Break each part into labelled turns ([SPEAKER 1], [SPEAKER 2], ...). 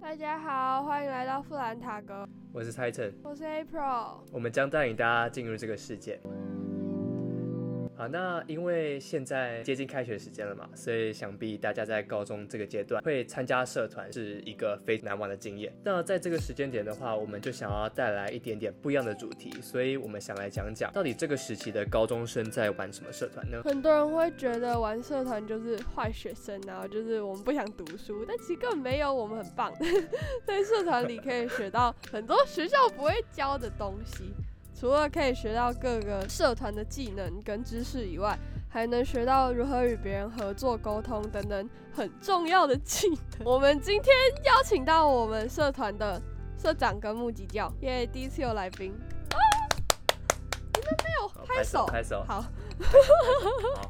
[SPEAKER 1] 大家好，欢迎来到富兰塔哥，
[SPEAKER 2] 我是蔡晨，
[SPEAKER 1] 我是 April。
[SPEAKER 2] 我们将带领大家进入这个世界。好，那因为现在接近开学时间了嘛，所以想必大家在高中这个阶段会参加社团是一个非常难忘的经验。那在这个时间点的话，我们就想要带来一点点不一样的主题，所以我们想来讲讲到底这个时期的高中生在玩什么社团呢？
[SPEAKER 1] 很多人会觉得玩社团就是坏学生，然后就是我们不想读书，但其实根本没有，我们很棒， 在社团里可以学到很多学校不会教的东西。除了可以学到各个社团的技能跟知识以外，还能学到如何与别人合作、沟通等等很重要的技能。 我们今天邀请到我们社团的社长跟木吉教，耶、第一次有来宾，啊
[SPEAKER 2] 好
[SPEAKER 1] 哦你们没有拍手，
[SPEAKER 2] 拍 手。
[SPEAKER 1] 好，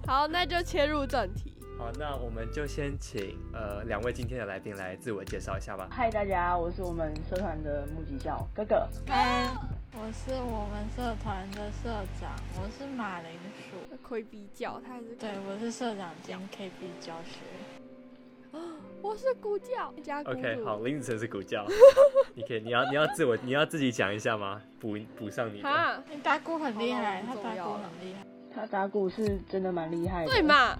[SPEAKER 1] 好，那就切入正题。
[SPEAKER 2] 好，那我们就先请呃两位今天的来宾来自我介绍一下吧。
[SPEAKER 3] 嗨，大家，我是我们社团的木吉教哥哥。
[SPEAKER 4] 嗨，我是我们社团的社长，我是马铃薯。
[SPEAKER 1] 亏比较，他还是
[SPEAKER 4] 对，我是社长兼 KB 教学。
[SPEAKER 1] 我是孤教加孤
[SPEAKER 2] OK，
[SPEAKER 1] 主
[SPEAKER 2] 好，林子成是骨教，你可以，你要你要自我，你要自己讲一下吗？补补上你的。
[SPEAKER 1] 哈，
[SPEAKER 4] 你打鼓很厉害，
[SPEAKER 1] 好
[SPEAKER 4] 他
[SPEAKER 1] 了
[SPEAKER 4] 打鼓很厉害。
[SPEAKER 3] 他打鼓是真的蛮厉害的，
[SPEAKER 1] 对？嘛？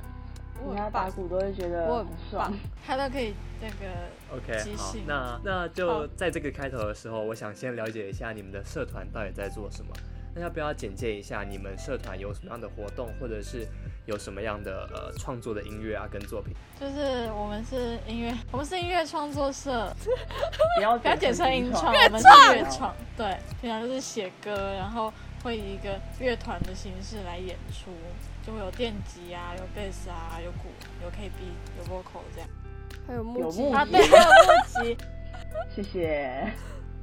[SPEAKER 1] 我
[SPEAKER 3] 他
[SPEAKER 1] 很
[SPEAKER 3] 打
[SPEAKER 1] 棒，
[SPEAKER 3] 鼓都会觉
[SPEAKER 1] 我
[SPEAKER 3] 得
[SPEAKER 1] 很
[SPEAKER 3] 很爽。
[SPEAKER 4] 他都可以那个
[SPEAKER 2] OK，
[SPEAKER 4] 即
[SPEAKER 2] 好
[SPEAKER 4] 兴，
[SPEAKER 2] 那那
[SPEAKER 1] 好
[SPEAKER 2] 就在这个开头的时候，我想先了解一下你们的社团到底在做什么。那要不要简介一下你们社团有什么样的活动，或者是有什么样的呃创作的音乐啊跟作品？
[SPEAKER 4] 就是我们是音乐，我们是音乐创作社，
[SPEAKER 3] 不要
[SPEAKER 4] 不要简称音
[SPEAKER 3] 音
[SPEAKER 4] 创，我们是乐创。对，平常就是写歌，然后会以一个乐团的形式来演出，就会有电吉啊，有贝斯啊，有鼓，有 KB，有 vocal 这样。
[SPEAKER 1] 还有木
[SPEAKER 3] 有
[SPEAKER 1] 吉
[SPEAKER 3] 木
[SPEAKER 4] 啊，
[SPEAKER 3] 吉
[SPEAKER 4] 对，还有木吉。
[SPEAKER 3] 谢谢。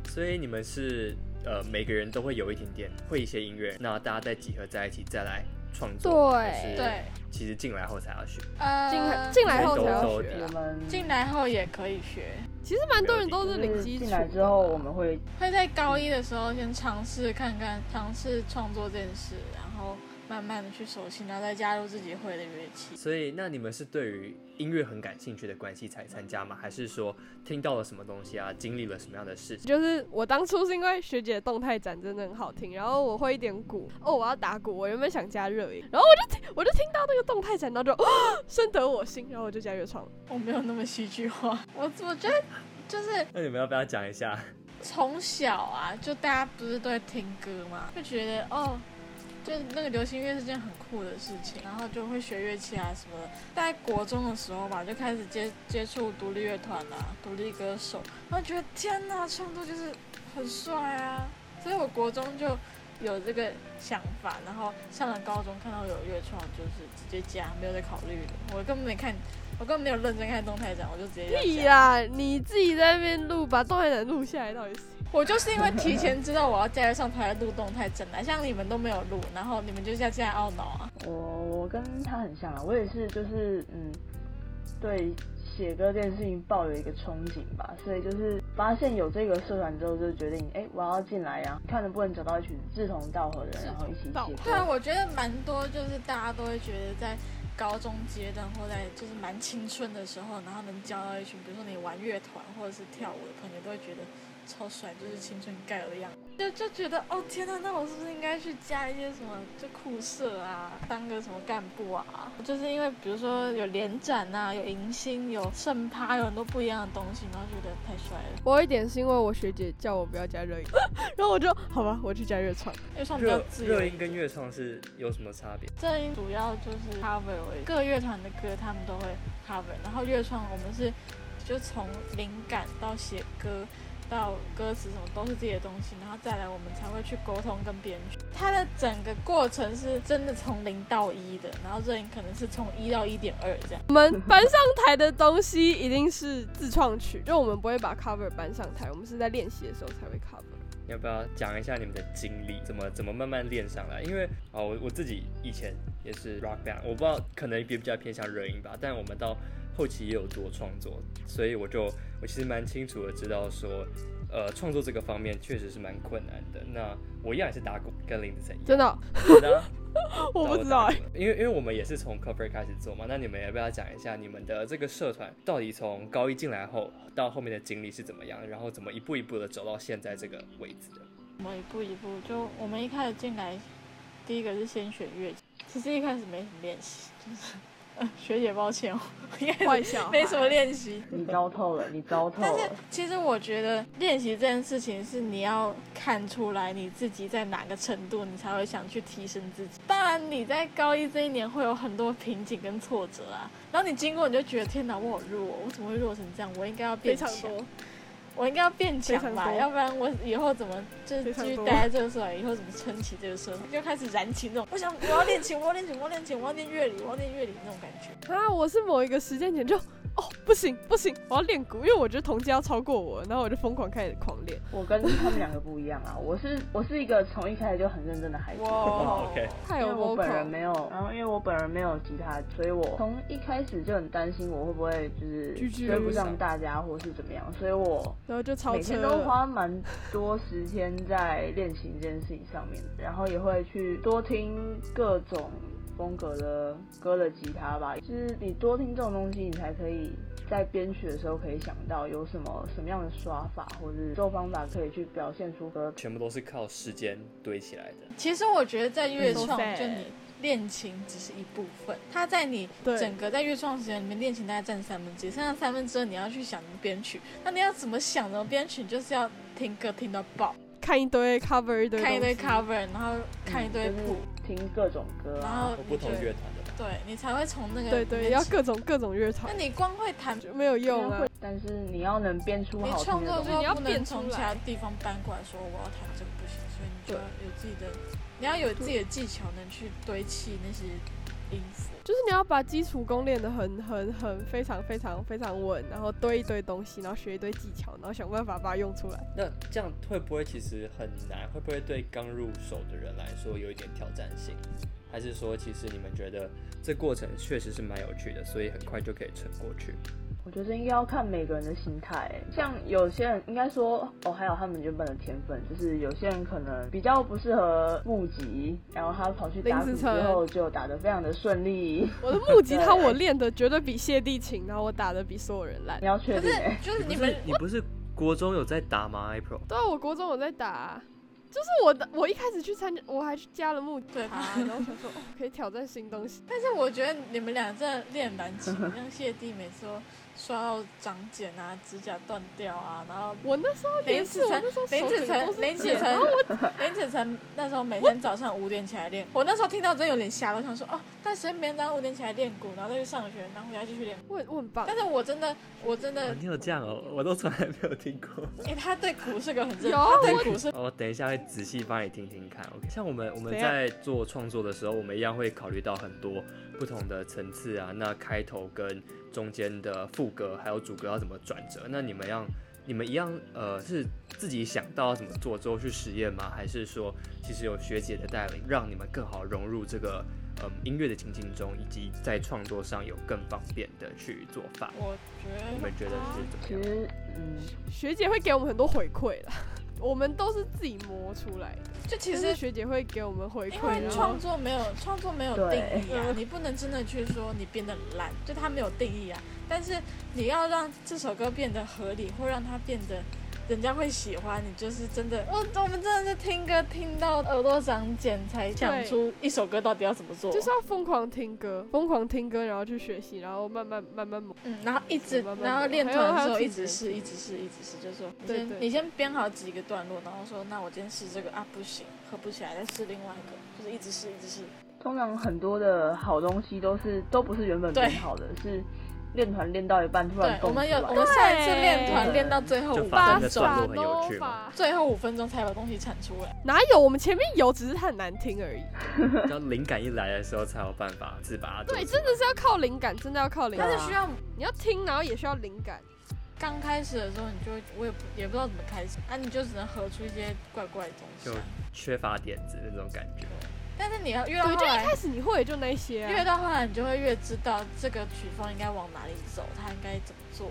[SPEAKER 2] 所以你们是呃每个人都会有一点点会一些音乐，那大家再集合在一起再来创作，
[SPEAKER 1] 对
[SPEAKER 2] 还是
[SPEAKER 4] 对，
[SPEAKER 2] 其实进来后才要学。
[SPEAKER 4] 呃，
[SPEAKER 1] 进来进来后才要
[SPEAKER 2] 都
[SPEAKER 1] 学
[SPEAKER 3] 我
[SPEAKER 1] 啊，
[SPEAKER 3] 们
[SPEAKER 4] 进来后也可以学，
[SPEAKER 1] 其实蛮多人都是零
[SPEAKER 3] 就是
[SPEAKER 1] 基础
[SPEAKER 3] 进
[SPEAKER 1] 的
[SPEAKER 3] 来之后，我们会
[SPEAKER 4] 会在高一的时候先尝试看看，尝试创作这件事，然后慢慢的去熟悉，然后再加入自己会的乐器。
[SPEAKER 2] 所以，那你们是对于音乐很感兴趣的关系才参加吗？还是说听到了什么东西啊，经历了什么样的事情？
[SPEAKER 1] 就是我当初是因为学姐动态展真的很好听，然后我会一点鼓，哦，我要打鼓，我原本想加热音，然后我就听我就听到那个动态展，然后就、 啊深得我心，然后我就加乐创了。
[SPEAKER 4] 我没有那么戏剧化，我我觉得就是
[SPEAKER 2] 那你们要不要讲一下？
[SPEAKER 4] 从小啊，就大家不是都会听歌嘛，就觉得哦。就那个流行乐是件很酷的事情，然后就会学乐器啊什么的。在国中的时候吧，就开始接接触独立乐团啊、独立歌手，然后觉得天呐，创作就是很帅啊！所以我国中就有这个想法，然后上了高中看到有乐创，就是直接加，没有在考虑的。我根本没看，我根本没有认真看动态展，我就直接要
[SPEAKER 1] 屁啦，
[SPEAKER 4] 加
[SPEAKER 1] 你自己在那边录，把动态展录下来到底是？
[SPEAKER 4] 我就是因为提前知道我要加入上台录动态整来，像你们都没有录，然后你们就是要这样懊恼啊。
[SPEAKER 3] 我我跟他很像啊，我也是就是嗯，对写歌这件事情抱有一个憧憬吧，所以就是发现有这个社团之后，就决定哎、诶我要进来啊，看能不能找到一群志同道合的人，然后一起
[SPEAKER 1] 道合
[SPEAKER 3] 写
[SPEAKER 4] 对啊，
[SPEAKER 3] 歌。
[SPEAKER 4] 我觉得蛮多，就是大家都会觉得在高中阶段或在就是蛮青春的时候，然后能交到一群，比如说你玩乐团或者是跳舞的朋友，都会觉得超帅，就是青春盖有的样子，就就觉得哦天呐，那我是不是应该去加一些什么就酷社啊，当个什么干部啊？就是因为比如说有联展啊，有迎新，有盛趴，有很多不一样的东西，然后觉得太帅了。
[SPEAKER 1] 我有一点是因为我学姐叫我不要加热音，然后我就好吧，我去加热创。
[SPEAKER 4] 乐创比较
[SPEAKER 2] 热
[SPEAKER 4] 自由
[SPEAKER 2] 热
[SPEAKER 4] 一
[SPEAKER 2] 音
[SPEAKER 4] 点，
[SPEAKER 2] 跟乐创是有什么差别？
[SPEAKER 4] 这音主要就是 cover 为各乐团的歌，他们都会 cover。然后乐创我们是就从灵感到写歌到歌词什么都是自己的东西，然后再来我们才会去沟通跟编曲。它的整个过程是真的从零到一的，然后热音可能是从一到一点二这样。
[SPEAKER 1] 我们搬上台的东西一定是自创曲，就我们不会把 cover 搬上台，我们是在练习的时候才会 cover。
[SPEAKER 2] 要不要讲一下你们的经历，怎么怎么慢慢练上来？因为啊，我我自己以前也是 rock band，我不知道可能也比较偏向热音吧，但我们到后期也有做创作，所以我就我其实蛮清楚的知道说，呃，创作这个方面确实是蛮困难的。那我一样也是打鼓，跟林子成一样。
[SPEAKER 1] 真的哦、
[SPEAKER 2] 是的啊，
[SPEAKER 1] 我不知道哎、
[SPEAKER 2] 因为因为我们也是从 cover 开始做嘛，那你们要不要讲一下你们的这个社团到底从高一进来后到后面的经历是怎么样，然后怎么一步一步的走到现在这个位置的？
[SPEAKER 4] 我们一步一步，就我们一开始进来，第一个是先学乐器，其实一开始没什么练习，就是、呃、学姐抱歉哦，一开始
[SPEAKER 1] 坏小孩
[SPEAKER 4] 没什么练习。
[SPEAKER 3] 你糟透了，你糟
[SPEAKER 1] 哦
[SPEAKER 3] 透
[SPEAKER 4] 但是
[SPEAKER 3] 了。
[SPEAKER 4] 其实我觉得练习这件事情是你要看出来你自己在哪个程度，你才会想去提升自己。当然你在高一这一年会有很多瓶颈跟挫折啊，然后你经过你就觉得天哪，我好弱、哦，我怎么会弱成这样？我应该要
[SPEAKER 1] 非
[SPEAKER 4] 变
[SPEAKER 1] 常
[SPEAKER 4] 强，
[SPEAKER 1] 多。
[SPEAKER 4] 我应该要变
[SPEAKER 1] 非
[SPEAKER 4] 强
[SPEAKER 1] 常
[SPEAKER 4] 吧，
[SPEAKER 1] 多
[SPEAKER 4] 要不然我以后怎么就是
[SPEAKER 1] 非
[SPEAKER 4] 继
[SPEAKER 1] 常
[SPEAKER 4] 续
[SPEAKER 1] 多
[SPEAKER 4] 待在这个社团，以后怎么撑起这个社团？就开始燃起那种，我想我要练琴，我要练琴，我要练琴，我要练乐理，我要练乐理那种感觉。
[SPEAKER 1] 啊，我是某一个时间点就哦不行不行，我要练鼓，因为我觉得同届要超过我，然后我就疯狂开始狂练。
[SPEAKER 3] 我跟他们两个不一样啊，我是我是一个从一开始就很认真的孩子。
[SPEAKER 4] 哇
[SPEAKER 2] OK
[SPEAKER 1] 太
[SPEAKER 3] 因
[SPEAKER 1] 有
[SPEAKER 3] 为我本人
[SPEAKER 1] vocal，
[SPEAKER 3] 没有，然后因为我本人没有吉他，所以我从一开始就很担心我会不会就是
[SPEAKER 1] 居居
[SPEAKER 3] 追不上大家或是怎么样，所以我
[SPEAKER 1] 然后就超
[SPEAKER 3] 每
[SPEAKER 1] 车
[SPEAKER 3] 天都
[SPEAKER 1] 了。
[SPEAKER 3] 花蛮多时间在练琴这件事情上面，然后也会去多听各种风格的歌的吉他吧。就是你多听这种东西，你才可以在编曲的时候可以想到有什么什么样的刷法或者奏方法可以去表现出歌。
[SPEAKER 2] 全部都是靠时间堆起来的。
[SPEAKER 4] 其实我觉得在乐创
[SPEAKER 1] So，sad
[SPEAKER 4] 就你练琴只是一部分，它在你
[SPEAKER 1] 对
[SPEAKER 4] 整个在乐创时间里面练琴大概占三分之一，剩下三分之二你要去想怎么编曲。那你要怎么想怎么编曲，你就是要听歌听到爆，
[SPEAKER 1] 看一堆 cover 一堆东西，嗯
[SPEAKER 4] 看一堆 cover，然后看一堆
[SPEAKER 3] 就是
[SPEAKER 4] 谱，
[SPEAKER 3] 听各种歌
[SPEAKER 4] 然
[SPEAKER 3] 啊，
[SPEAKER 4] 后
[SPEAKER 2] 有
[SPEAKER 4] 你
[SPEAKER 2] 哦不同
[SPEAKER 4] 就
[SPEAKER 2] 乐团的吧，
[SPEAKER 4] 对你才会从那个
[SPEAKER 1] 对
[SPEAKER 4] 里
[SPEAKER 1] 对，
[SPEAKER 4] 面
[SPEAKER 1] 要
[SPEAKER 4] 起
[SPEAKER 1] 各种各种乐团
[SPEAKER 4] 那你光会弹
[SPEAKER 1] 就没有用啊。
[SPEAKER 3] 但是你要能编出
[SPEAKER 4] 你
[SPEAKER 3] 好听
[SPEAKER 4] 创
[SPEAKER 3] 的
[SPEAKER 4] 作
[SPEAKER 3] 东
[SPEAKER 4] 之
[SPEAKER 3] 西
[SPEAKER 1] 你要
[SPEAKER 4] 后不能
[SPEAKER 1] 变出
[SPEAKER 4] 从其
[SPEAKER 1] 来
[SPEAKER 4] 他地方搬过来说我要弹这个不行，所以你就
[SPEAKER 1] 对
[SPEAKER 4] 要有自己的，你要有自己的技巧，能去堆砌那些音符。
[SPEAKER 1] 就是你要把基础功练得很很很非常非常非常稳，然后堆一堆东西，然后学一堆技巧，然后想办法把它用出 来。
[SPEAKER 2] 那这样会不会其实很难？会不会对刚入手的人来说有一点挑战性？还是说，其实你们觉得这过程确实是蛮有趣的，所以很快就可以撑过去？
[SPEAKER 3] 我觉得应该要看每个人的心态，欸像有些人应该说哦，还有他们原本的天分，就是有些人可能比较不适合募集，然后他跑去打鼓
[SPEAKER 1] 林子
[SPEAKER 3] 之
[SPEAKER 1] 成
[SPEAKER 3] 后就打得非常的顺利。
[SPEAKER 1] 我的木吉他
[SPEAKER 3] 对
[SPEAKER 1] 我练的绝对比谢地琴，然后我打的比所有人 烂
[SPEAKER 3] 你。要确
[SPEAKER 4] 可
[SPEAKER 3] 定、
[SPEAKER 4] 是
[SPEAKER 3] 欸，
[SPEAKER 4] 就是你们，
[SPEAKER 2] 你不是国中有在打吗？April
[SPEAKER 1] 对啊，我国中我在打啊、就是我的我一开始去参加，我还去加了木吉
[SPEAKER 4] 对
[SPEAKER 1] 他，然后想说哦可以挑战新东西。
[SPEAKER 4] 但是我觉得你们俩真的练蛮勤，像谢帝每次都刷到长茧啊、指甲断掉啊，然后
[SPEAKER 1] 我那时候
[SPEAKER 4] 林
[SPEAKER 1] 也是，
[SPEAKER 4] 子
[SPEAKER 1] 我
[SPEAKER 4] 成
[SPEAKER 1] 那时候、
[SPEAKER 4] 林
[SPEAKER 1] 手
[SPEAKER 4] 子
[SPEAKER 1] 指头都
[SPEAKER 4] 成、
[SPEAKER 1] 是
[SPEAKER 4] 林子
[SPEAKER 1] 茧然
[SPEAKER 4] 成
[SPEAKER 1] 后、
[SPEAKER 4] 林子成那时候每天早上五点起来练，我那时候听到真有点吓，我想说哦，但谁每天早上五点起来练鼓，然后再去上学，然后回家继续练鼓。
[SPEAKER 1] 我很我很棒
[SPEAKER 4] 但。是我真的，我真的
[SPEAKER 2] 你有这样哦，我都从来没有听过。哦
[SPEAKER 4] 哎、他对鼓是个很认，
[SPEAKER 1] 有
[SPEAKER 4] 他对鼓是
[SPEAKER 2] 我等一下会仔细帮你听听看。OK，像我们我们
[SPEAKER 1] 怎样
[SPEAKER 2] 在做创作的时候，我们一样会考虑到很多不同的层次啊，那开头跟中间的副歌还有主歌要怎么转折？那你们要你们一样呃是自己想到要怎么做之后去实验吗？还是说其实有学姐的带领，让你们更好融入这个嗯音乐的情境中，以及在创作上有更方便的去做法？
[SPEAKER 4] 我觉
[SPEAKER 2] 你
[SPEAKER 4] 得
[SPEAKER 2] 们觉得是怎么
[SPEAKER 3] 其
[SPEAKER 2] 样？
[SPEAKER 3] 实嗯，
[SPEAKER 1] 学姐会给我们很多回馈啦， 我们都是自己磨出 来的。
[SPEAKER 4] 就其
[SPEAKER 1] 但
[SPEAKER 4] 实
[SPEAKER 1] 是。学姐会给我们回
[SPEAKER 4] 因
[SPEAKER 1] 馈，
[SPEAKER 4] 为
[SPEAKER 1] 然后
[SPEAKER 4] 创作没有创作没有定
[SPEAKER 3] 对
[SPEAKER 4] 义啊，
[SPEAKER 1] 嗯
[SPEAKER 4] 你不能真的去说你变得很烂，就它没有定义啊。但是你要让这首歌变得合理，或让它变得人家会喜欢，你就是真的，我我们真的是听歌听到耳朵长茧才想
[SPEAKER 1] 对
[SPEAKER 4] 出一首歌到底要怎么做，
[SPEAKER 1] 就是要疯狂听歌，疯狂听歌，然后去学习，然后慢慢慢慢磨。
[SPEAKER 4] 嗯，然后一直
[SPEAKER 1] 慢慢，
[SPEAKER 4] 然后
[SPEAKER 1] 磨
[SPEAKER 4] 练
[SPEAKER 1] 还
[SPEAKER 4] 团
[SPEAKER 1] 有
[SPEAKER 4] 的
[SPEAKER 1] 还
[SPEAKER 4] 时
[SPEAKER 1] 有
[SPEAKER 4] 候一
[SPEAKER 1] 自己
[SPEAKER 4] 直试，一直试，一直试，就是说，你
[SPEAKER 1] 对
[SPEAKER 4] 先
[SPEAKER 1] 对
[SPEAKER 4] 你先编好几个段落，然后说，那我今天试这个啊不行，合不起来，再试另外一个，就是一直试，一直试。
[SPEAKER 3] 通常很多的好东西都是都不是原本
[SPEAKER 4] 对
[SPEAKER 3] 编好的，是练团练到一半突
[SPEAKER 4] 对
[SPEAKER 3] 然，
[SPEAKER 4] 我
[SPEAKER 3] 蹦出
[SPEAKER 4] 们有
[SPEAKER 3] 来。
[SPEAKER 4] 我们上一次练团
[SPEAKER 3] 对
[SPEAKER 4] 练到最后
[SPEAKER 2] 就
[SPEAKER 4] 五
[SPEAKER 2] 发
[SPEAKER 4] 分
[SPEAKER 2] 现那
[SPEAKER 4] 钟
[SPEAKER 2] 段，落很有趣吗
[SPEAKER 1] 吧？
[SPEAKER 4] 最后五分钟才把东西产出来。
[SPEAKER 1] 哦哪有？我们前面有，只是它很难听而已。
[SPEAKER 2] 要灵感一来的时候才有办法自拔。
[SPEAKER 1] 对，真的是要靠灵感，真的要靠灵
[SPEAKER 4] 但
[SPEAKER 1] 感。
[SPEAKER 2] 啊
[SPEAKER 4] 是需要
[SPEAKER 1] 你要听，然后也需要灵感。
[SPEAKER 4] 刚开始的时候，你就会我也不也不知道怎么开始，啊，你就只能合出一些怪怪的东西
[SPEAKER 2] 就
[SPEAKER 4] 啊。
[SPEAKER 2] 缺乏点子那种感觉。
[SPEAKER 4] 但是你要越到
[SPEAKER 1] 对，
[SPEAKER 4] 后
[SPEAKER 1] 就一
[SPEAKER 4] 来
[SPEAKER 1] 开，始你会的就那些、
[SPEAKER 4] 越
[SPEAKER 1] 啊。
[SPEAKER 4] 到后来，你就会越知道这个曲风应该往哪里走，它应该怎么做，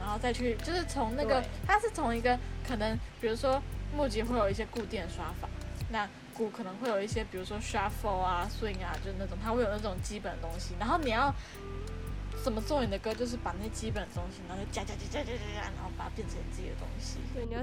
[SPEAKER 4] 然后再去就是从那个
[SPEAKER 3] 对，
[SPEAKER 4] 它是从一个可能，比如说木吉会有一些固定的刷法，那鼓可能会有一些，比如说 shuffle 啊、swing 啊，就是那种它会有那种基本的东西。然后你要怎么做你的歌，就是把那基本的东西，然后就加加加加加加加，然后把它变成自己的东西。
[SPEAKER 1] 对，你要，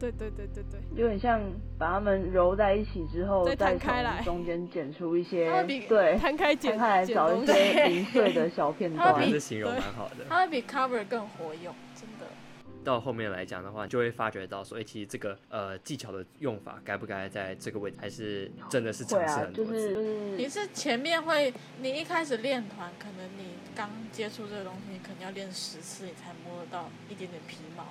[SPEAKER 1] 对对对对对，
[SPEAKER 3] 有点像把它们揉在一起之后，
[SPEAKER 1] 再摊
[SPEAKER 3] 再
[SPEAKER 1] 开来
[SPEAKER 3] 从中间剪出一些
[SPEAKER 4] 它会比
[SPEAKER 3] 对，
[SPEAKER 1] 摊开
[SPEAKER 3] 摊
[SPEAKER 1] 剪
[SPEAKER 3] 开来
[SPEAKER 1] 剪
[SPEAKER 3] 哎找
[SPEAKER 1] 东
[SPEAKER 3] 一
[SPEAKER 1] 西，
[SPEAKER 3] 些
[SPEAKER 4] 对
[SPEAKER 3] 零碎的小片
[SPEAKER 4] 它
[SPEAKER 2] 哇
[SPEAKER 4] 会
[SPEAKER 3] 段
[SPEAKER 4] 比。
[SPEAKER 2] 这形容
[SPEAKER 1] 对
[SPEAKER 2] 蛮好的。
[SPEAKER 4] 它会比 cover 更活用，真的。
[SPEAKER 2] 到后面来讲的话，你就会发觉到说，哎、其实这个呃技巧的用法该不该在这个位置，还是真的是
[SPEAKER 3] 会
[SPEAKER 2] 尝试
[SPEAKER 3] 啊，
[SPEAKER 2] 很
[SPEAKER 3] 就
[SPEAKER 2] 多
[SPEAKER 3] 是
[SPEAKER 2] 次。
[SPEAKER 3] 就是
[SPEAKER 4] 你是前面会，你一开始练团，可能你刚接触这个东西，你可能要练十次，你才摸得到一点点皮毛。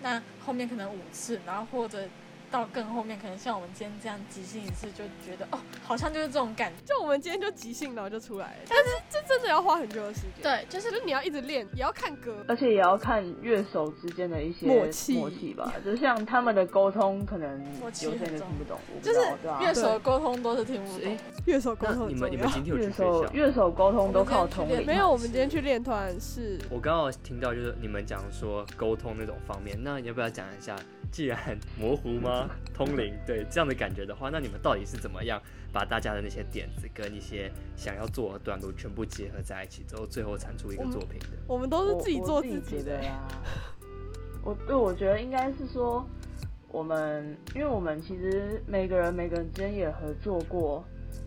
[SPEAKER 4] 那后面可能五次，然后或者到更后面，可能像我们今天这样即兴一次，就觉得哦，好像就是这种感觉。
[SPEAKER 1] 就我们今天就即兴，然后就出来了。但是这真的要花很久的时间，，
[SPEAKER 4] 对，就
[SPEAKER 1] 就是是你要一直练，也要看歌，
[SPEAKER 3] 而且也要看乐手之间的一些
[SPEAKER 1] 默契
[SPEAKER 3] 默契吧，就像他们的沟通，可能
[SPEAKER 4] 默
[SPEAKER 3] 有
[SPEAKER 4] 契
[SPEAKER 3] 些人就
[SPEAKER 4] 很重
[SPEAKER 3] 听不懂，我不
[SPEAKER 4] 就
[SPEAKER 3] 知
[SPEAKER 4] 是
[SPEAKER 3] 道对吧、
[SPEAKER 4] 乐手的沟通都是听不懂
[SPEAKER 2] 哎。
[SPEAKER 1] 乐手沟
[SPEAKER 2] 那
[SPEAKER 1] 通
[SPEAKER 2] 你
[SPEAKER 1] 很
[SPEAKER 2] 们
[SPEAKER 1] 重
[SPEAKER 2] 你们
[SPEAKER 1] 要。
[SPEAKER 2] 今天有去
[SPEAKER 3] 乐
[SPEAKER 2] 学校
[SPEAKER 3] 手？乐手沟通都靠同理
[SPEAKER 4] 们，
[SPEAKER 1] 没有，我们今天去练团是
[SPEAKER 2] 我刚好听到就是你们讲说沟通那种方面，那你要不要讲一下？既然模糊吗？通灵对这样的感觉的话，那你们到底是怎么样把大家的那些点子跟一些想要做的段落全部结合在一起之后，最后产出一个
[SPEAKER 1] 我们
[SPEAKER 2] 作品的？
[SPEAKER 1] 我们都是自己
[SPEAKER 3] 我
[SPEAKER 1] 做
[SPEAKER 3] 我自
[SPEAKER 1] 己
[SPEAKER 3] 觉
[SPEAKER 1] 的
[SPEAKER 3] 得，呀。我对，我觉得应该是说，我们因为我们其实每个人每个人之间也合作过，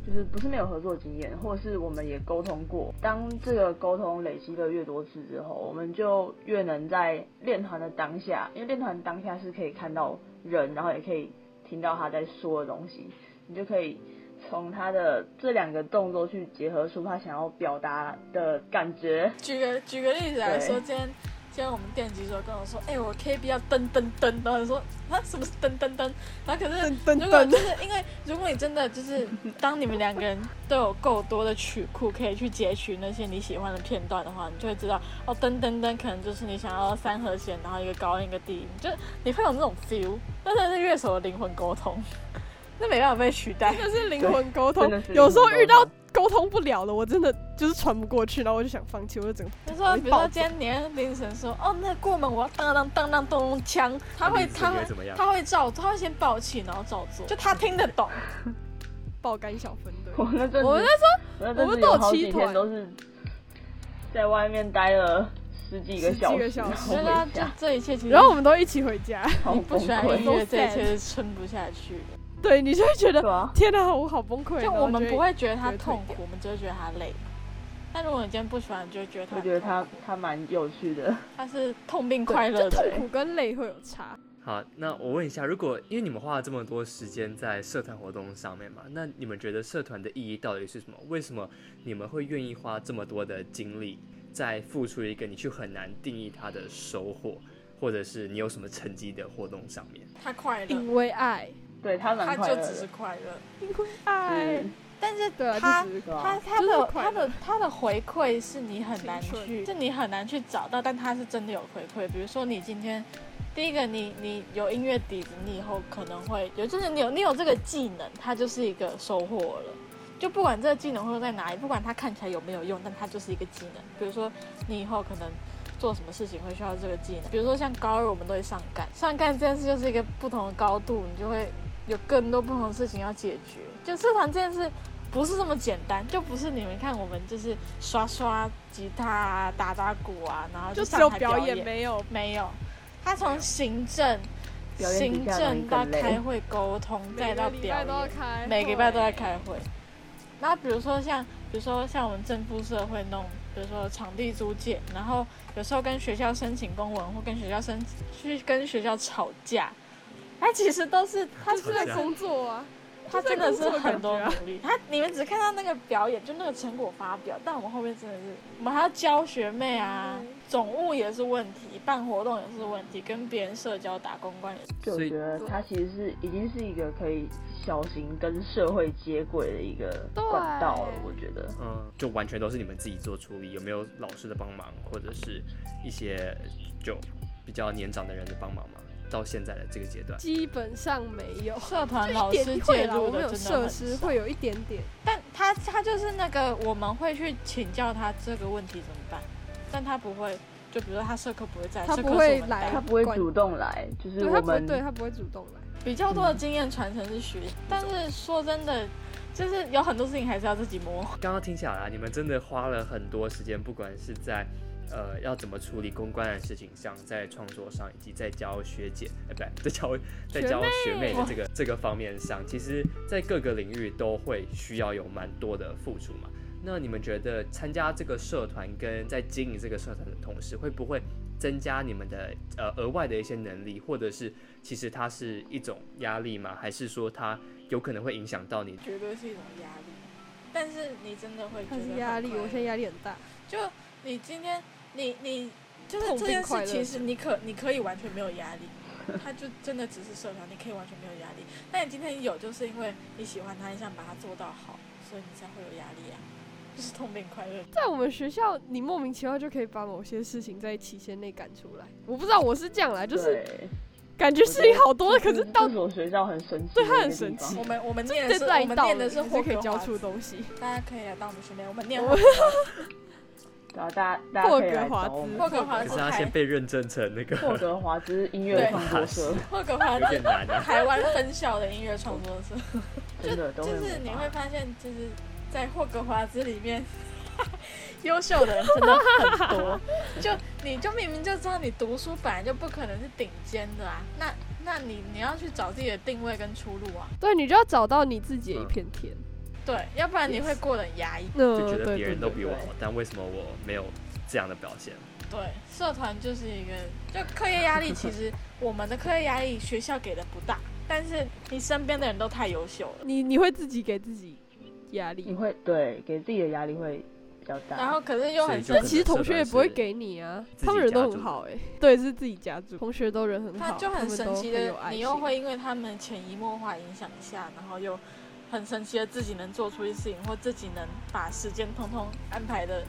[SPEAKER 3] 就是不是没有合作经验，或是我们也沟通过。当这个沟通累积的越多次之后，我们就越能在练团的当下，因为练团当下是可以看到人，然后也可以听到他在说的东西，你就可以从他的这两个动作去结合出他想要表达的感觉。
[SPEAKER 4] 举个举个例子来说，
[SPEAKER 3] 对
[SPEAKER 4] 今天今天我们电吉手跟我说，哎、我 KB 要噔噔噔，然后我说啊，什么是噔噔噔？然后可是
[SPEAKER 1] 噔噔
[SPEAKER 4] 如果
[SPEAKER 1] 噔
[SPEAKER 4] 就是因为如果你真的就是 当你们两个人都有够多的曲库可以去截取那些你喜欢的片段的话，你就会知道哦，噔噔噔可能就是你想要三和弦，然后一个高音一个低音，就是你会有那种 feel，但是是乐手的灵魂沟通，那没办法被取代
[SPEAKER 1] 这。个是灵魂沟通
[SPEAKER 3] 真的是。
[SPEAKER 1] 有时候
[SPEAKER 3] 灵魂
[SPEAKER 1] 遇到
[SPEAKER 3] 沟通
[SPEAKER 1] 沟通不了的，我真的就是传不过去，然后我就想放弃，我就整个
[SPEAKER 4] 就说，比如说今天你凌晨说，哦，那过门我要当当当当咚咚锵，他会
[SPEAKER 2] 你
[SPEAKER 4] 他
[SPEAKER 2] 你
[SPEAKER 4] 会
[SPEAKER 2] 怎么样？
[SPEAKER 4] 他会照，他会先抱起，然后照做，就他听得懂。
[SPEAKER 1] 爆肝小分队。
[SPEAKER 3] 我那阵子
[SPEAKER 1] 我们那时候
[SPEAKER 3] 我那
[SPEAKER 1] 我们都
[SPEAKER 3] 阵子
[SPEAKER 1] 有
[SPEAKER 3] 有好
[SPEAKER 1] 七
[SPEAKER 3] 几
[SPEAKER 1] 团
[SPEAKER 3] 天都是在外面待了十几个小
[SPEAKER 1] 十几个
[SPEAKER 3] 时，
[SPEAKER 1] 小
[SPEAKER 3] 然
[SPEAKER 1] 时
[SPEAKER 3] 后
[SPEAKER 4] 所以他
[SPEAKER 3] 回
[SPEAKER 4] 就
[SPEAKER 3] 家，
[SPEAKER 4] 这一切其实，
[SPEAKER 1] 然后我们都一起回家，
[SPEAKER 3] 好
[SPEAKER 4] 啊你不
[SPEAKER 3] 崩
[SPEAKER 4] 喜欢音
[SPEAKER 3] 溃。
[SPEAKER 4] 乐，这一切是撑不下去的。
[SPEAKER 1] 对你就会觉得
[SPEAKER 3] 对啊，
[SPEAKER 1] 天哪，我好崩溃。
[SPEAKER 4] 就
[SPEAKER 1] 然后
[SPEAKER 4] 我们
[SPEAKER 1] 就
[SPEAKER 4] 不会觉得他
[SPEAKER 1] 觉得
[SPEAKER 4] 痛
[SPEAKER 1] 退
[SPEAKER 4] 苦，我们只会觉得他累。但如果你今天不喜欢，你就会觉得他
[SPEAKER 3] 我
[SPEAKER 4] 很
[SPEAKER 3] 觉得他
[SPEAKER 4] 痛苦
[SPEAKER 3] 他蛮有趣的。
[SPEAKER 4] 他是痛并
[SPEAKER 1] 对
[SPEAKER 4] 快乐
[SPEAKER 1] 就
[SPEAKER 4] 着
[SPEAKER 1] 痛。苦跟累会有差。
[SPEAKER 2] 好，那我问一下，如果因为你们花了这么多时间在社团活动上面嘛，那你们觉得社团的意义到底是什么？为什么你们会愿意花这么多的精力在付出一个你去很难定义它的收获，或者是你有什么成绩的活动上面？
[SPEAKER 4] 他快乐，
[SPEAKER 1] 因为爱，
[SPEAKER 3] 对他
[SPEAKER 4] 他
[SPEAKER 3] 蛮快
[SPEAKER 4] 就
[SPEAKER 3] 乐
[SPEAKER 4] 只
[SPEAKER 3] 的
[SPEAKER 4] 是，快乐。
[SPEAKER 1] 因为爱，
[SPEAKER 4] 但是
[SPEAKER 1] 对啊，
[SPEAKER 4] 他
[SPEAKER 1] 就只是
[SPEAKER 3] 对
[SPEAKER 4] 他
[SPEAKER 3] 吧？
[SPEAKER 4] 他
[SPEAKER 1] 就是
[SPEAKER 4] 的
[SPEAKER 1] 快
[SPEAKER 4] 他的他的回馈是你很难
[SPEAKER 1] 青春
[SPEAKER 4] 去，是你很难去找到，但他是真的有回馈。比如说你今天，第一个你你有音乐底子，你以后可能会有，就是你有你有这个技能，它就是一个收获了。就不管这个技能会用在哪里，不管它看起来有没有用，但它就是一个技能。比如说你以后可能做什么事情会需要这个技能，比如说像高二我们都会上干，上干这件事就是一个不同的高度，你就会有更多不同的事情要解决。就社团这件事不是这么简单，就不是你们看我们就是刷刷吉他啊、打打鼓啊，然后
[SPEAKER 1] 就只
[SPEAKER 4] 上
[SPEAKER 1] 有
[SPEAKER 4] 台
[SPEAKER 1] 表
[SPEAKER 4] 表
[SPEAKER 1] 演没有
[SPEAKER 4] 没有，他从行政、
[SPEAKER 3] 表演
[SPEAKER 4] 行
[SPEAKER 3] 底下容
[SPEAKER 4] 政
[SPEAKER 3] 易
[SPEAKER 4] 到
[SPEAKER 3] 更累
[SPEAKER 4] 开会沟通，再
[SPEAKER 1] 每
[SPEAKER 4] 到
[SPEAKER 1] 个礼
[SPEAKER 4] 表
[SPEAKER 1] 拜
[SPEAKER 4] 演
[SPEAKER 1] 都，要开，
[SPEAKER 4] 每个礼拜都在。开会。那比如说像，比如说像我们正副社会弄，比如说场地租借，然后有时候跟学校申请公文，或跟学校申去跟学校吵架，它其实都是它
[SPEAKER 1] 就是是
[SPEAKER 4] 在
[SPEAKER 1] 在工作啊，
[SPEAKER 4] 他真的是很多
[SPEAKER 1] 就在工作的感觉啊
[SPEAKER 4] 努力，他你们只看到那个表演，就那个成果发表，但我们后面真的是，我们还要教学妹啊
[SPEAKER 1] 对，
[SPEAKER 4] 总务也是问题，办活动也是问题，跟别人社交打公关也是。
[SPEAKER 3] 就我
[SPEAKER 2] 所以
[SPEAKER 3] 觉得他其实是已经是一个可以小型跟社会接轨的一个
[SPEAKER 1] 对
[SPEAKER 3] 管道了，我觉得。
[SPEAKER 2] 嗯，就完全都是你们自己做处理，有没有老师的帮忙，或者是一些就比较年长的人的帮忙吗？到现在的这个阶段，
[SPEAKER 1] 基本上没有。
[SPEAKER 4] 社团
[SPEAKER 1] 就
[SPEAKER 4] 老
[SPEAKER 1] 一点
[SPEAKER 4] 师
[SPEAKER 1] 一
[SPEAKER 4] 介
[SPEAKER 1] 会啦，
[SPEAKER 4] 入
[SPEAKER 1] 我们
[SPEAKER 4] 的
[SPEAKER 1] 有
[SPEAKER 4] 真的
[SPEAKER 1] 设
[SPEAKER 4] 很
[SPEAKER 1] 施
[SPEAKER 4] 少，
[SPEAKER 1] 会有一点点，
[SPEAKER 4] 但他他就是那个我们会去请教他这个问题怎么办，但他不会，就比如说他社课不会在，
[SPEAKER 1] 他
[SPEAKER 4] 社
[SPEAKER 1] 不
[SPEAKER 4] 课是
[SPEAKER 1] 会
[SPEAKER 4] 我们带
[SPEAKER 1] 来
[SPEAKER 3] 他不会主动来，就是
[SPEAKER 1] 对
[SPEAKER 3] 我
[SPEAKER 1] 他不
[SPEAKER 3] 们
[SPEAKER 1] 对他不会主动来，
[SPEAKER 4] 比较多的经验传承是学，
[SPEAKER 1] 嗯
[SPEAKER 4] 但是说真的，就是有很多事情还是要自己摸。
[SPEAKER 2] 刚刚听起来啊，你们真的花了很多时间，不管是在呃要怎么处理公关的事情上，在创作上，以及在教学姐，哎、不 对，在教在教学妹的这个这个方面上，其实在各个领域都会需要有蛮多的付出嘛。那你们觉得参加这个社团跟在经营这个社团的同时，会不会增加你们的呃额外的一些能力，或者是其实它是一种压力吗？还是说它有可能会影响到你
[SPEAKER 4] 绝对是一种压力，但是你真的会觉
[SPEAKER 1] 它
[SPEAKER 4] 得
[SPEAKER 1] 是压力，
[SPEAKER 4] 很快乐
[SPEAKER 1] 我现在压力很大。
[SPEAKER 4] 就你今天你你就是
[SPEAKER 1] 痛
[SPEAKER 4] 这
[SPEAKER 1] 并
[SPEAKER 4] 件
[SPEAKER 1] 快
[SPEAKER 4] 事，
[SPEAKER 1] 乐
[SPEAKER 4] 其实你可你可以完全没有压力，它就真的只是社团，你可以完全没有压力。但你今天有，就是因为你喜欢它，你想把它做到好，所以你才会有压力啊，就是痛并快乐。
[SPEAKER 1] 在我们学校，你莫名其妙就可以把某些事情在期限内赶出来。我不知道我是这样啦，就是
[SPEAKER 3] 对
[SPEAKER 1] 感觉事情好多，
[SPEAKER 3] 这
[SPEAKER 1] 可是到
[SPEAKER 3] 这所学校很神奇，
[SPEAKER 1] 对它很神奇
[SPEAKER 4] 我们我们念的
[SPEAKER 1] 这
[SPEAKER 4] 是
[SPEAKER 1] 赖
[SPEAKER 4] 嗯我们
[SPEAKER 1] 到
[SPEAKER 4] 念
[SPEAKER 1] 了，
[SPEAKER 4] 的
[SPEAKER 1] 你
[SPEAKER 4] 是
[SPEAKER 1] 是
[SPEAKER 4] 霍
[SPEAKER 1] 可
[SPEAKER 4] 格
[SPEAKER 1] 以
[SPEAKER 4] 华
[SPEAKER 1] 教出
[SPEAKER 4] 兹，
[SPEAKER 1] 东西。
[SPEAKER 4] 大家可以来当我们学妹，我们念
[SPEAKER 1] 我
[SPEAKER 4] 霍格华兹
[SPEAKER 3] 然后大家大家可以来找我们
[SPEAKER 1] 霍
[SPEAKER 4] 霍格 华
[SPEAKER 2] 可
[SPEAKER 4] 兹
[SPEAKER 2] 是他先
[SPEAKER 4] 台
[SPEAKER 2] 被认证成 那个
[SPEAKER 3] 霍格华兹音乐创作社，
[SPEAKER 4] 霍格华
[SPEAKER 2] 有
[SPEAKER 4] 兹
[SPEAKER 2] 点难啊。
[SPEAKER 4] 台湾分校的音乐创作社。
[SPEAKER 3] 真的都
[SPEAKER 4] 就
[SPEAKER 3] 会
[SPEAKER 4] 是
[SPEAKER 3] 模
[SPEAKER 4] 你
[SPEAKER 3] 仿
[SPEAKER 4] 会发现，就是在霍格华兹里面， 优秀的人真的很多。就你就明明就知道你读书本来就不可能是顶尖的啊，那那你你要去找自己的定位跟出路啊，
[SPEAKER 1] 对，你就要找到你自己的一片天。
[SPEAKER 4] 对，要不然你会过得很压抑。
[SPEAKER 1] 那
[SPEAKER 2] 就觉
[SPEAKER 1] 嗯对
[SPEAKER 2] 得
[SPEAKER 1] 对
[SPEAKER 2] 别人都比我
[SPEAKER 3] 对
[SPEAKER 2] 好，但为什么我没有这样的表现？
[SPEAKER 4] 对，社团就是一个，就课业压 力，其实我们的课业压力学校给的不大，但是你身边的人都太优秀了。
[SPEAKER 1] 你你会自己给自己压
[SPEAKER 3] 你
[SPEAKER 4] 嗯
[SPEAKER 1] 力，
[SPEAKER 3] 会对给自己的压力会比较
[SPEAKER 1] 啊
[SPEAKER 3] 大，
[SPEAKER 4] 然后可是又很
[SPEAKER 2] 所以
[SPEAKER 4] 生
[SPEAKER 1] 但
[SPEAKER 2] 就
[SPEAKER 4] 气，
[SPEAKER 1] 其实同学也不会给你啊，
[SPEAKER 2] 自己
[SPEAKER 1] 他们人
[SPEAKER 2] 家
[SPEAKER 1] 都
[SPEAKER 2] 族
[SPEAKER 1] 很好哎、对，是自己家族，同学都人很
[SPEAKER 4] 他
[SPEAKER 1] 好，
[SPEAKER 4] 就很
[SPEAKER 1] 们
[SPEAKER 4] 神
[SPEAKER 1] 都
[SPEAKER 4] 奇
[SPEAKER 1] 很
[SPEAKER 4] 的
[SPEAKER 1] 有，爱
[SPEAKER 4] 你又
[SPEAKER 1] 心
[SPEAKER 4] 会因为他们潜移默化影响一下，然后又很神奇的自己能做出一些事情，或自己能把时间通通安排的，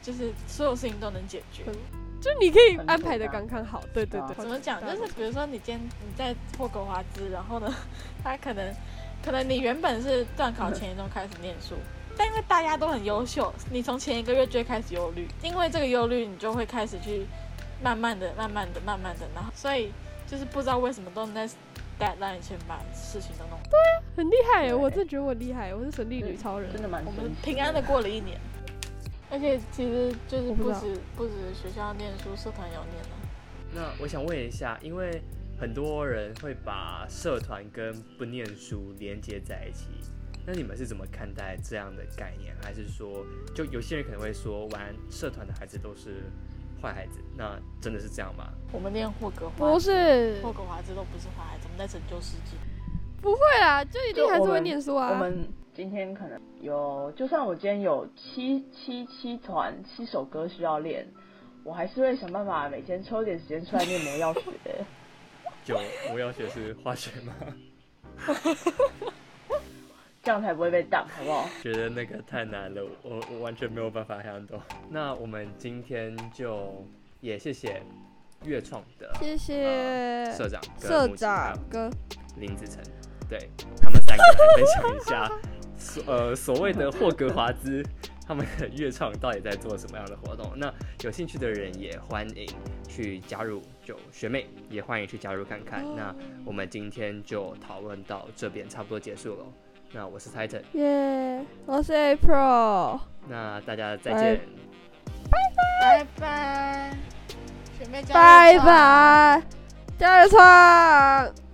[SPEAKER 4] 就是所有事情都能解决。
[SPEAKER 1] 就你可以
[SPEAKER 3] 很
[SPEAKER 1] 安
[SPEAKER 3] 妥
[SPEAKER 1] 排的刚
[SPEAKER 3] 当
[SPEAKER 1] 刚好，对对
[SPEAKER 3] 对啊
[SPEAKER 1] 对。
[SPEAKER 4] 怎么讲？就是比如说你今天你在霍格华兹，然后呢， 他可能可能你原本是段考前一周开始念书。但因为大家都很优秀，你从前一个月就会开始忧虑，因为这个忧虑，你就会开始去慢慢的、慢慢的、慢慢的，然后所以就是不知道为什么都能在 deadline 前把事情都弄好。
[SPEAKER 1] 很厉害耶，
[SPEAKER 3] 对
[SPEAKER 1] 我真的觉得我很厉害，我是神力女超人。
[SPEAKER 3] 真的蛮
[SPEAKER 4] 我
[SPEAKER 3] 神
[SPEAKER 4] 们
[SPEAKER 3] 奇
[SPEAKER 4] 平安的过了一年，而且其实就是
[SPEAKER 1] 我不
[SPEAKER 4] 不
[SPEAKER 1] 知道
[SPEAKER 4] 止不止学校念书，社团也有念啊的。
[SPEAKER 2] 那我想问一下，因为很多人会把社团跟不念书连接在一起，那你们是怎么看待这样的概念？还是说，就有些人可能会说，玩社团的孩子都是坏孩子，那真的是这样吗？
[SPEAKER 4] 我们念霍格华
[SPEAKER 1] 不
[SPEAKER 4] 兹，
[SPEAKER 1] 是，
[SPEAKER 4] 霍格华兹都不是坏孩子，我们在拯救世界。
[SPEAKER 1] 不会啦，就一定还是
[SPEAKER 3] 我
[SPEAKER 1] 会
[SPEAKER 3] 们
[SPEAKER 1] 念书
[SPEAKER 3] 我
[SPEAKER 1] 啊。
[SPEAKER 3] 们今天可能有，就算我今天有七七七团七首歌需要练，我还是会想办法每天抽一点时间出来念魔药学。
[SPEAKER 2] 就我要学是化学吗？
[SPEAKER 3] 这样才不会被挡，好不好？
[SPEAKER 2] 觉得那个太难了，我我完全没有办法想懂。那我们今天就也谢谢乐创的
[SPEAKER 1] 谢谢
[SPEAKER 2] 社长
[SPEAKER 1] 呃
[SPEAKER 2] 跟
[SPEAKER 1] 社
[SPEAKER 2] 木吉还有
[SPEAKER 1] 长哥，
[SPEAKER 2] 林子成，对他们三个来分享一 下所呃所谓的霍格华兹他们的乐创到底在做什么样的活动。那有兴趣的人也欢迎去加入，就学妹也欢迎去加入看看。哎那
[SPEAKER 1] 哦
[SPEAKER 2] 我们今天就讨论到这边差不多结束了。哦那我是 Titan，
[SPEAKER 1] 耶，我是 April。
[SPEAKER 2] 那大家再
[SPEAKER 1] 拜
[SPEAKER 2] 见。
[SPEAKER 4] 拜拜，学妹加油
[SPEAKER 1] 拜
[SPEAKER 4] 吧
[SPEAKER 1] 拜，加油唱。